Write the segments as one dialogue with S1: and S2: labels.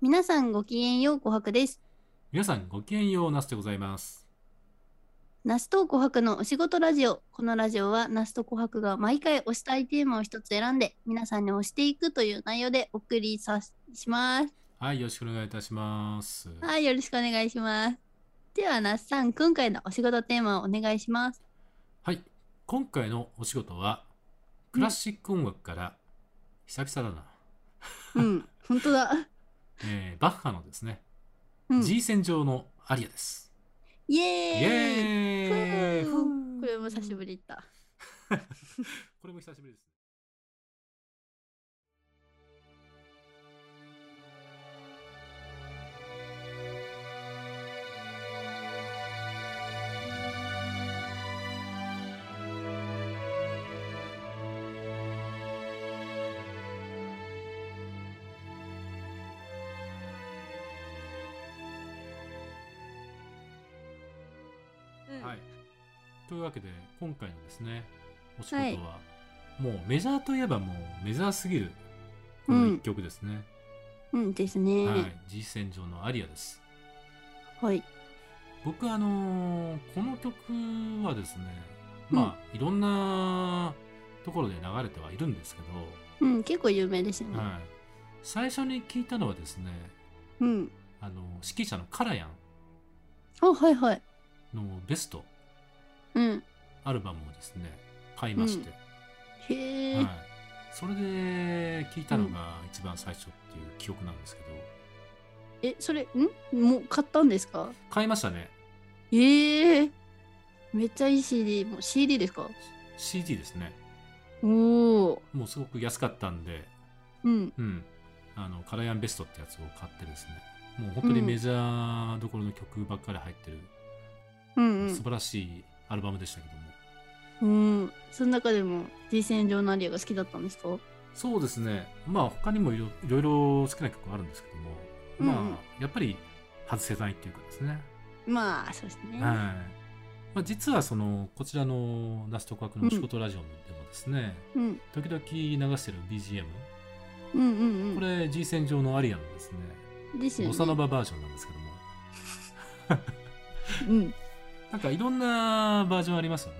S1: 皆さんごきげんよう、琥珀です。
S2: 皆さんごきげんようナスでございます
S1: ナスと琥珀のお仕事ラジオ。このラジオはナスと琥珀が毎回推したいテーマを一つ選んで、皆さんに推していくという内容でお送りさします。
S2: はいよろしくお願いいたしますはい、
S1: はい、よろしくお願いします。では、那須さん、今回のお仕事テーマをお願いします。
S2: 今回のお仕事はクラシック音楽から久々だな、
S1: うん、本当だ。
S2: えーバッハのですね、
S1: うん、
S2: G 線上のアリアです
S1: イ
S2: イ
S1: エーイ
S2: エーイ
S1: ふうこれも久しぶりだった。
S2: これも久しぶりですはい。というわけで今回のですねお仕事は、
S1: はい
S2: もうメジャーといえばもうメジャーすぎるこの一曲ですね、
S1: うんですね。
S2: は
S1: はいい。
S2: G 線上のアリアです
S1: はい。
S2: 僕あのーこの曲はですねまあ、いろんなところで流れてはいるんですけど、
S1: うん、結構有名ですよね。
S2: はい、最初に聞いたのはですね
S1: うん。
S2: あの指揮者のカラヤ
S1: あ、はいはい。
S2: ンのベスト
S1: うん。
S2: アルバムをですね買いまして、
S1: へえ、
S2: はい、それで聞いたのが一番最初っていう記憶なんですけど、
S1: え、それ、んもう買ったんですか
S2: 買いましたね
S1: ええめっちゃいい CD。もう CD ですか
S2: CD ですね
S1: おお。
S2: もうすごく安かったんで
S1: うん。
S2: うん、あのカラヤンベストってやつを買ってですねもう本当にメジャーどころの曲ばっかり入ってる、
S1: うん
S2: 素晴らしいアルバムでしたけども
S1: うん。うん。その中でも、G 戦場のアリアが好きだったんですか
S2: そうですねまあ他にもいろいろいろ好きな曲あるんですけども、
S1: うんうん
S2: まあやっぱり外せないっていうかですね、
S1: まあ、そうですね。
S2: はいまあ、実はそのこちらの「ナスと告白の仕事ラジオ」でもですね、
S1: うん。
S2: 時々流してる BGM
S1: うんうんうん。
S2: これ G 線上のアリアのですね
S1: ですよ
S2: ボ
S1: ね。
S2: サノババージョンなんですけども
S1: うん。
S2: なんかいろんなバージョンありますよね。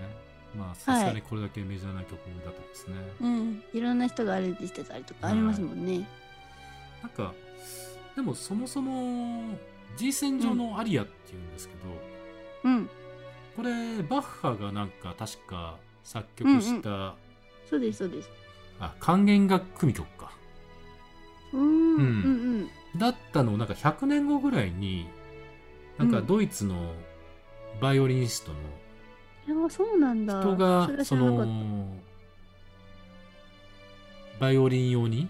S2: まあさすがにこれだけメジャーな曲だとですね。
S1: うん。いろんな人がアレンジしてたりとかありますもんね。
S2: なんかでもそもそも G 線上のアリアっていうんですけど、
S1: うん。
S2: これバッハがなんか確か作曲した、
S1: そうです、そうです。
S2: あ管弦楽組曲か
S1: うーん。
S2: うん
S1: うん
S2: だったのをなんか100年後ぐらいになんか
S1: うん
S2: ドイツのバイオリニストの
S1: うん。あ、そうなんだ。
S2: 人
S1: れ
S2: が
S1: は知
S2: そ
S1: らなかった
S2: のバイオリン用に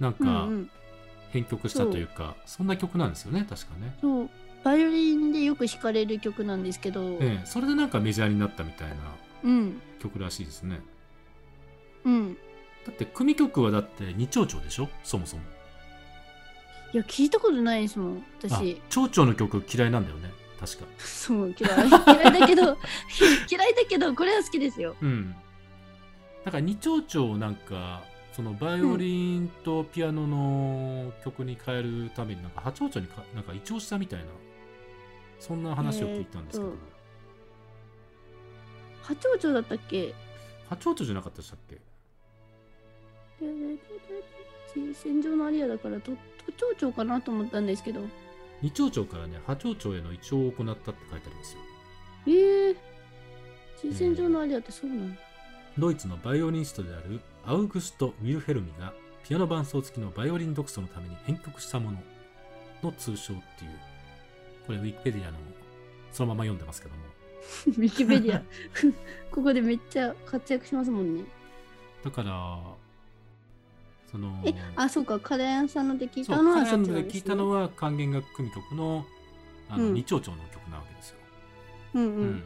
S2: なんか、
S1: うんうん。
S2: 編曲したというかそんな曲なんですよね確かね、
S1: そう。バイオリンでよく弾かれる曲なんですけど、
S2: ええそれでなんかメジャーになったみたいな
S1: うん。
S2: 曲らしいですね
S1: うん。
S2: だって組曲はだって二丁々でしょそもそも
S1: いや、聞いたことないですもん、
S2: あ
S1: 私。
S2: 蝶々の曲嫌いなんだよね確か
S1: そう、嫌い。嫌いだけど、嫌いだけど、これは好きですよ。
S2: うんだから二丁々をなんかそのバイオリンとピアノの曲に変えるためになんか波長々にかなんか移調したみたいなそんな話を聞いたんですけど、
S1: えーっ波長長だったっけ
S2: 波長々じゃなかったでしたっけ
S1: 戦場のアリアだから、と、都長長かなと思ったんですけど。
S2: 二丁々からね波長々への移調を行ったって書いてありますよ
S1: えー、戦場のアリアってそうなんだ。
S2: ドイツのバイオリニストであるアウグスト・ウィルヘルミがピアノ伴奏付きのバイオリン独奏のために編曲したものの通称っていうこれウィキペディアのそのまま読んでますけども
S1: ウィキペディア。 ここでめっちゃ活躍しますもんね。
S2: だからその
S1: え、あ、そうか、カレンさんので聞い
S2: そ
S1: た
S2: う
S1: の
S2: 彼
S1: は
S2: ら
S1: そっち
S2: の
S1: なん
S2: で
S1: です、ね、
S2: 聞いたのは管弦楽組曲のあの、
S1: うん
S2: 二丁調の曲なわけですよ、
S1: うんう
S2: うんん。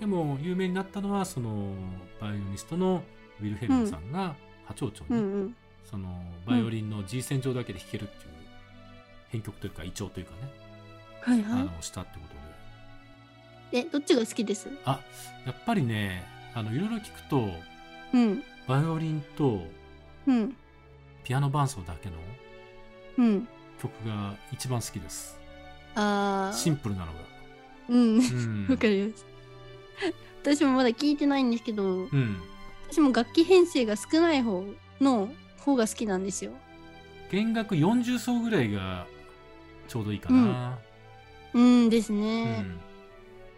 S2: でも有名になったのはそのバイオリニストのウィルヘルミさんが波長々
S1: うん
S2: に
S1: うん。
S2: そのバイオリンの G 線上だけで弾けるっていう編曲というか移調というかね、
S1: はい
S2: あ
S1: は
S2: のしたってことで
S1: い。え、どっちが好きです
S2: やっぱりねあのいろいろ聞くと
S1: うん。
S2: バイオリンと
S1: うん。
S2: ピアノ伴奏だけの
S1: うん。
S2: 曲が一番好きです。
S1: あ
S2: シ
S1: ー
S2: ンプルなのが。
S1: うん
S2: うん
S1: わかります私もまだ聞いてないんですけど
S2: うん。
S1: 私も楽器編成が少ない方の方が好きなんですよ
S2: 弦楽40層ぐらいがちょうどいいかな。
S1: うんです
S2: う
S1: ね、
S2: ん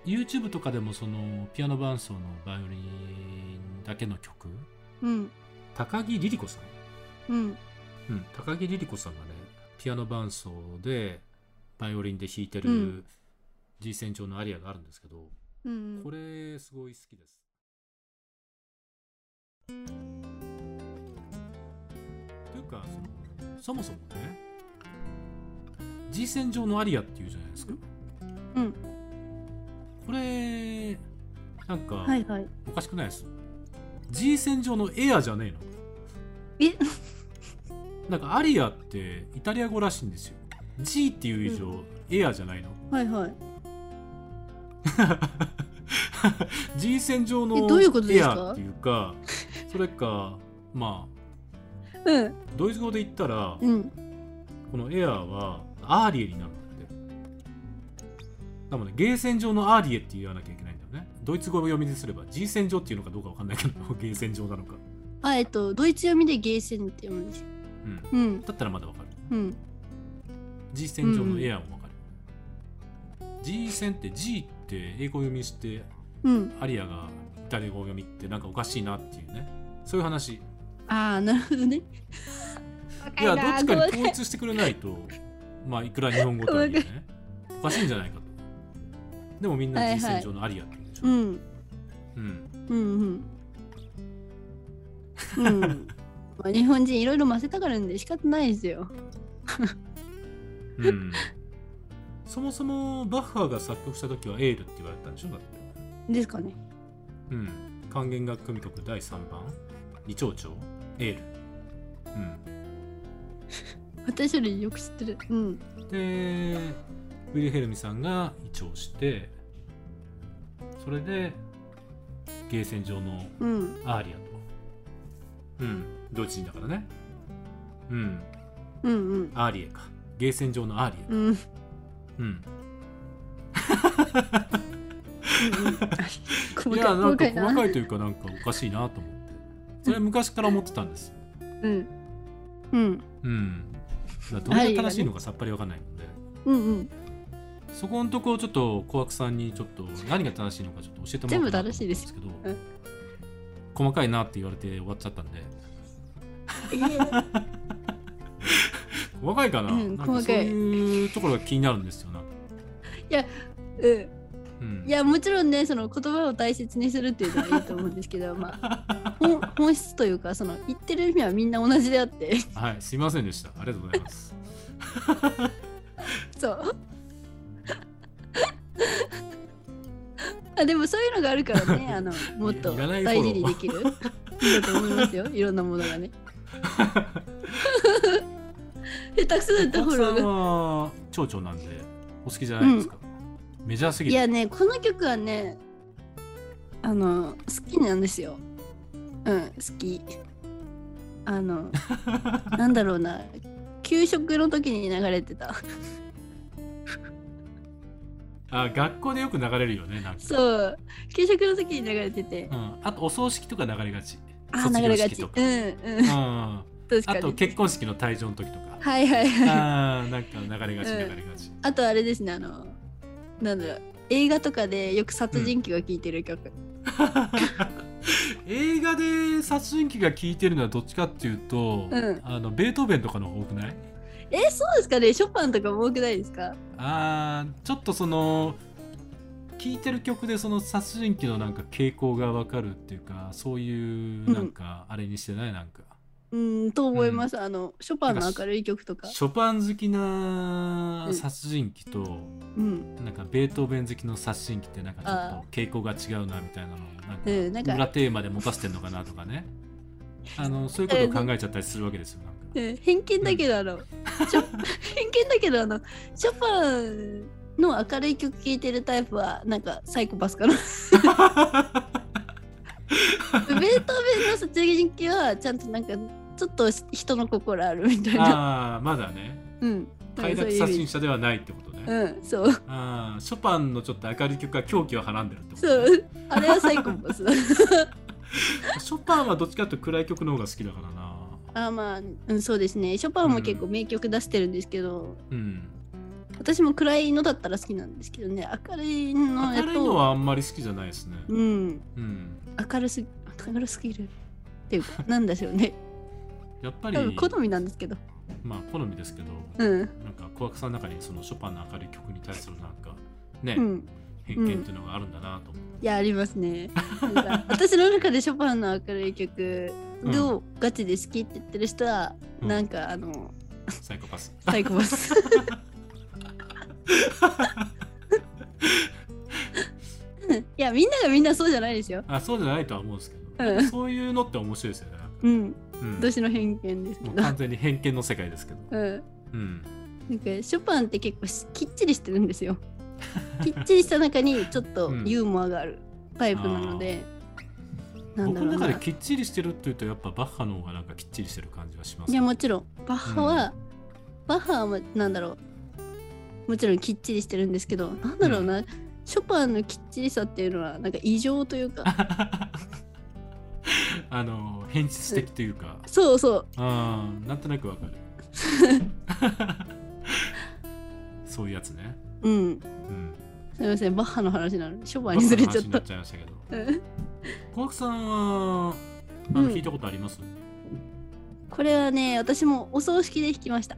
S2: YouTube とかでもそのピアノ伴奏のバイオリンだけの曲
S1: うん
S2: 高木リリ子さん
S1: うん
S2: うん、高木リリ子さんがねピアノ伴奏でバイオリンで弾いて
S1: う
S2: る
S1: ん
S2: G 線上のアリアがあるんですけど、
S1: うん
S2: これすごい好きです。というかそのそもそもね G 線上のアリアっていうじゃないですか。
S1: うん
S2: これなんか
S1: はいはい
S2: おかしくないです、G 線上のエアじゃねえの
S1: え
S2: なんかアリアってイタリア語らしいんですよ G っていう以上、エアじゃないの
S1: はいはい
S2: G 線上の
S1: えどういうことで
S2: エ
S1: すか
S2: アっていうかそれかま
S1: うん
S2: あドイツ語で言ったら、
S1: うん
S2: このエアはアーリエになるんだって多分ねゲー線上のアーリエって言わなきゃいけないんだよねドイツ語読みですれば G 線上っていうのかどうかわかんないけどゲー線上なのか、
S1: あえっとドイツ読みでゲーセンって読むんですよ
S2: うん、
S1: うん
S2: だったらまだわかる
S1: うん
S2: G 線上のエアもわかる、G 線って G って英語読みして
S1: うん
S2: アリアがイタリア語読みってなんかおかしいなっていうねそういう話
S1: ああなるほどね
S2: いやどっちかに統一してくれないとまあいくら日本語とはいえねおかしいんじゃないかとでもみん
S1: はいは
S2: な
S1: い
S2: G 線上のアリアって言うんでしょ、
S1: うん
S2: うん
S1: うんうんうん まあ日本人いろいろ混ぜたがるんで仕方ないですよ
S2: うんそもそもバッハが作曲した時はエールって言われたんでしょだって
S1: ですかね
S2: うん管弦楽組曲第3番二丁調エールうん
S1: 私よりよく知ってるうん
S2: でウィルヘルミさんが移調してそれでゲーセン上の
S1: うん
S2: アーリアとうんドイツ人だからねうん
S1: うんうん
S2: アーリエかゲーセン上のアーリ
S1: うんうんうん
S2: エうん
S1: 細かい
S2: いやな
S1: 細
S2: んか
S1: かい
S2: 細
S1: な
S2: かいというかなんかおかしいなと思ってそれは昔から思ってたんですよ
S1: うんうん
S2: うんだからどれが正しいのかさっぱりわかんないので
S1: うんうん
S2: そこのところちょっと小悪さんにちょっと何が正しいのかちょっと教えてもらおうかなと思
S1: 全部正
S2: うんですけど
S1: しいです
S2: 細かいなって言われて終わっちゃったんで細かいかな,、
S1: うん
S2: なんか
S1: 細
S2: そう
S1: かい
S2: いうところが気になるんですよなんか、
S1: うん
S2: うん、
S1: いやもちろんねその言葉を大切にするっていうのはいいと思うんですけどまあ本本質というかその言ってる意味はみんな同じであって
S2: はいすいませんでしたありがとうございます
S1: そう あでもそういうのがあるから ねあのもっと
S2: いらないフォ
S1: 大
S2: ロー
S1: 事にできるいいだと思います よいろんなものがね下手くそだった
S2: 小
S1: フォ
S2: 悪さ
S1: ロー
S2: ん
S1: が
S2: は蝶々なんでお好きじゃないですか、メジャーすぎ
S1: い
S2: る
S1: やねこの曲はねあの好きなんですようん好きあの なんだろうな給食の時に流れてた
S2: あ学校でよく流れるよねなんか
S1: そう給食の時に流れてて
S2: うん、あとお葬式とか流 れがち
S1: あ
S2: 卒
S1: ー流
S2: 業
S1: れが
S2: 式
S1: ちう
S2: と
S1: ん
S2: か、
S1: うん
S2: うん
S1: 確か
S2: あ
S1: に
S2: と結婚式の退場の時と か
S1: はいはいはい
S2: あーなんか流れがち
S1: う
S2: 流
S1: ん
S2: れがち、
S1: あとあれですねあのなんだろう映画とかでよく殺人鬼が聴いてる曲、
S2: 映画で殺人鬼が聴いてるのはどっちかっていうと、
S1: うん
S2: あのベートーベンとかの方が多くない
S1: えそうですかねショパンとかも多くないですか
S2: あーちょっとその聴いてる曲でその殺人鬼のなんか傾向がわかるっていうかそういうなんかあれにしてない、なんか
S1: うんと思います、あのショパンの明るい曲とか
S2: ショパン好きな
S1: うん
S2: 殺人鬼と、
S1: うん
S2: なんかベートーベン好きの殺人鬼ってなんかちょっ
S1: あ
S2: と傾向が違うなみたいなのをなんか
S1: うんなんか
S2: 裏テーマで持たせてんのかなとかねあのそういうことを考えちゃったりするわけですよなんか
S1: うん偏見だけどあの、ショ 偏見だけどあのショパンの明るい曲聴いてるタイプはなんかサイコパスか なベートーベンの殺人鬼はちゃんとなんかちょっと人の心あるみたいな
S2: ああまだね
S1: うん
S2: 快楽
S1: そう
S2: 殺
S1: いう
S2: 人者ではないってことね、
S1: うんそう
S2: ああショパンのちょっと明るい曲が狂気をはらんでるってこと、
S1: そ
S2: ね、
S1: うあれはサイコパ ス
S2: ショパンはどっちかというと暗い曲の方が好きだからな
S1: あまあ、うん、そうですねショパンも結構名曲出してるんですけど、
S2: うん
S1: 私も暗いのだったら好きなんですけどね明るいのや
S2: 明
S1: と
S2: るいのはあんまり好きじゃないですね
S1: うん
S2: うん
S1: 明るす明るすぎるっていう かなんでしょうね
S2: やっぱ
S1: 多分
S2: り
S1: 好みなんですけど
S2: まあ好みですけど
S1: うん
S2: なんか小悪さんの中にそのショパンの明るい曲に対するなんかね、
S1: うん
S2: 偏見っていうのがあるんだなと思って、
S1: いやあります ねなんか私の中でショパンの明るい曲をガチで好きって言ってる人は、
S2: うん
S1: なんかあの
S2: サイコパス
S1: サイコパス いやみんながみんなそうじゃないですよ
S2: あそうじゃないとは思うんですけ
S1: うん
S2: ど、そういうのって面白いですよね、
S1: うん
S2: うん、
S1: 私の偏見ですけ
S2: もう
S1: ど
S2: 完全に偏見の世界ですけど、
S1: うん
S2: うん、
S1: なんかショパンって結構しきっちりしてるんですよ。 きっちりした中にちょっと
S2: うん
S1: ユーモアがあるタイプなので、なんだ
S2: 僕
S1: ろ
S2: の
S1: う
S2: 中
S1: な。
S2: で
S1: い
S2: きっちりしてるっていうとやっぱバッハの方がなんかきっちりしてる感じがします
S1: やもちろんバッハは、バッハはなんだろうもちろんきっちりしてるんですけどなんだろうな、ショパンのきっちりさっていうのはなんか異常というか
S2: あの変質的という か、
S1: そうそう
S2: あーなんとなくわ かるそういうやつね、
S1: うん
S2: うん、
S1: すみませんバッハの話なのにショパンにずれちゃった
S2: バッハの話になっ。ちゃいましたけど
S1: うん
S2: 小悪さんはあ
S1: う
S2: の
S1: ん
S2: 聞いたことあり ます、
S1: これはね私もお葬式で弾きました。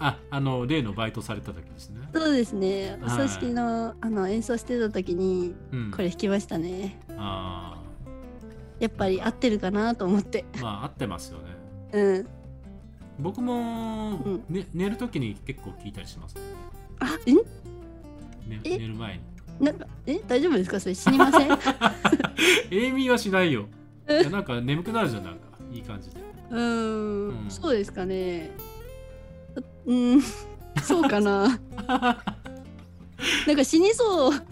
S2: ああの例のバイトされた時ですね、
S1: そうですねお葬式
S2: はい
S1: のあの演奏してた時に
S2: うん、
S1: これ弾きましたね。
S2: あ
S1: やっぱり合ってるかなと思って。
S2: ーまあ合ってますよね
S1: うん。
S2: 僕も、
S1: うん
S2: ね、寝る時に結構聞いたりします、
S1: あ、えん
S2: ね、
S1: え
S2: 寝る前に
S1: なんか、え大丈夫ですかそれ死にませ ん
S2: エイミーはしないよい
S1: え
S2: やなんか眠くなるじゃんなんかいい感じで
S1: うー
S2: うん
S1: ん、そうですか ね。あうん、そうか な。なんか死にそう。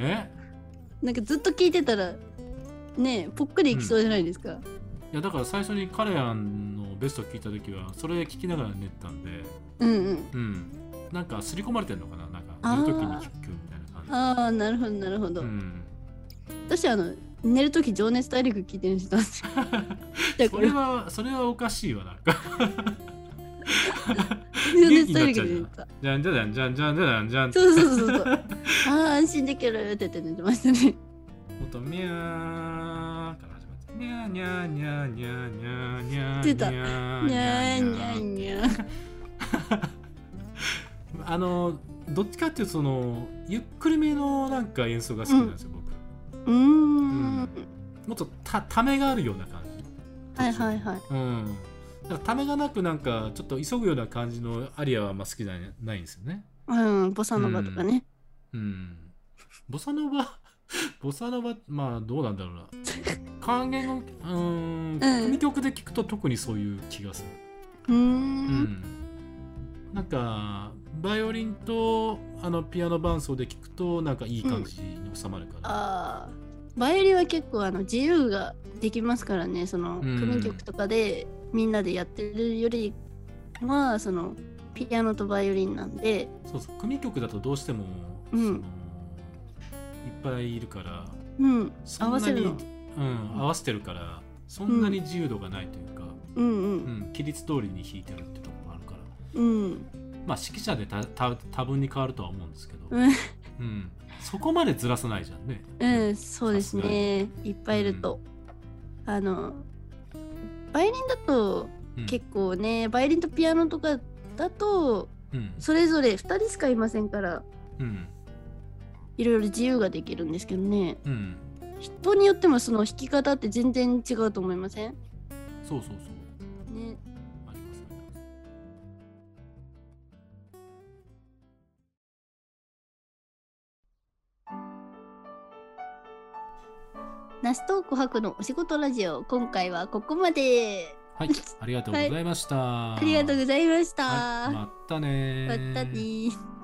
S2: え
S1: なんかずっと聞いてたら、ねえ、ぽっくりいきそうじゃないですか。
S2: いやだから最初にカレアンのベスト聞いた時はそれ聞きながら寝てたんで
S1: うん、うん、
S2: うんなんか刷り込まれてるのかななんか
S1: あー
S2: 寝る時に聞くみたいな感じ
S1: ああ、なるほど、なるほど。
S2: うん、
S1: 私、あの、寝るとき情熱大陸聞いてるんですよ。 じゃあ
S2: そ
S1: こ
S2: れ
S1: れ、
S2: はそれはおかしいわなんか
S1: 情熱大陸で寝てた。
S2: じゃんじゃじゃんじゃんじゃんじゃんじゃん
S1: そうそうそう そう。ああー、安心できるって言って寝てましたね。
S2: もっとミャーから始まってニャーニャーニャーニャーニャーニャー
S1: 出た
S2: ニャーニ
S1: に
S2: ャ
S1: ゃ
S2: ー
S1: ー
S2: ニ
S1: にゃー
S2: ャ
S1: にゃ
S2: ー
S1: ー。
S2: あのどっちかっていうとそのゆっくりめのなんか演奏が好きなんですよ、僕
S1: うーん。
S2: もっとたためがあるような感じ
S1: はいはいはい。
S2: うんだからためがなくなんかちょっと急ぐような感じのアリアはあんま好きじゃないないんですよね
S1: うん、ボサノバとかね。
S2: うんボサノバ ボサノバまあどうなんだろうな還元をうん組曲で聞くと特にそういう気がする
S1: うー。
S2: うんんなんかバイオリンとあのピアノ伴奏で聞くとなんかいい感じに収まるから、
S1: ああ。バイオリンは結構あの自由ができますからね、その
S2: うん
S1: 組曲とかでみんなでやってるよりは、そのピアノとバイオリンなんで、
S2: そうそう組曲だとどうしても、
S1: うん
S2: そのいっぱいいるから
S1: うん、
S2: そ
S1: 合
S2: んな
S1: わ
S2: に
S1: せるの。
S2: うん、合わせてるからそんなに自由度がないというか、
S1: うん
S2: うん規律通りに弾いてるってとこもあるから
S1: うん。うん。
S2: まあ指揮者でたた多分に変わるとは思うんですけど、
S1: うん
S2: うんそこまでずらさないじゃんね。
S1: うん、そうですね。いっぱいいると。あの、バイオリンだと
S2: うん
S1: 結構ね、バイオリンとピアノとかだと、
S2: うん
S1: それぞれ2人しかいませんから
S2: うん
S1: いろいろ自由ができるんですけどね
S2: うん
S1: 人によってもその弾き方って全然違うと思いません
S2: そうそうそう
S1: ね
S2: ありますあります
S1: ナストーク博のお仕事ラジオ今回はここまで
S2: はい、ありがとうございました。
S1: ありがとうございました、
S2: はいまったね
S1: ま
S2: ー
S1: たねー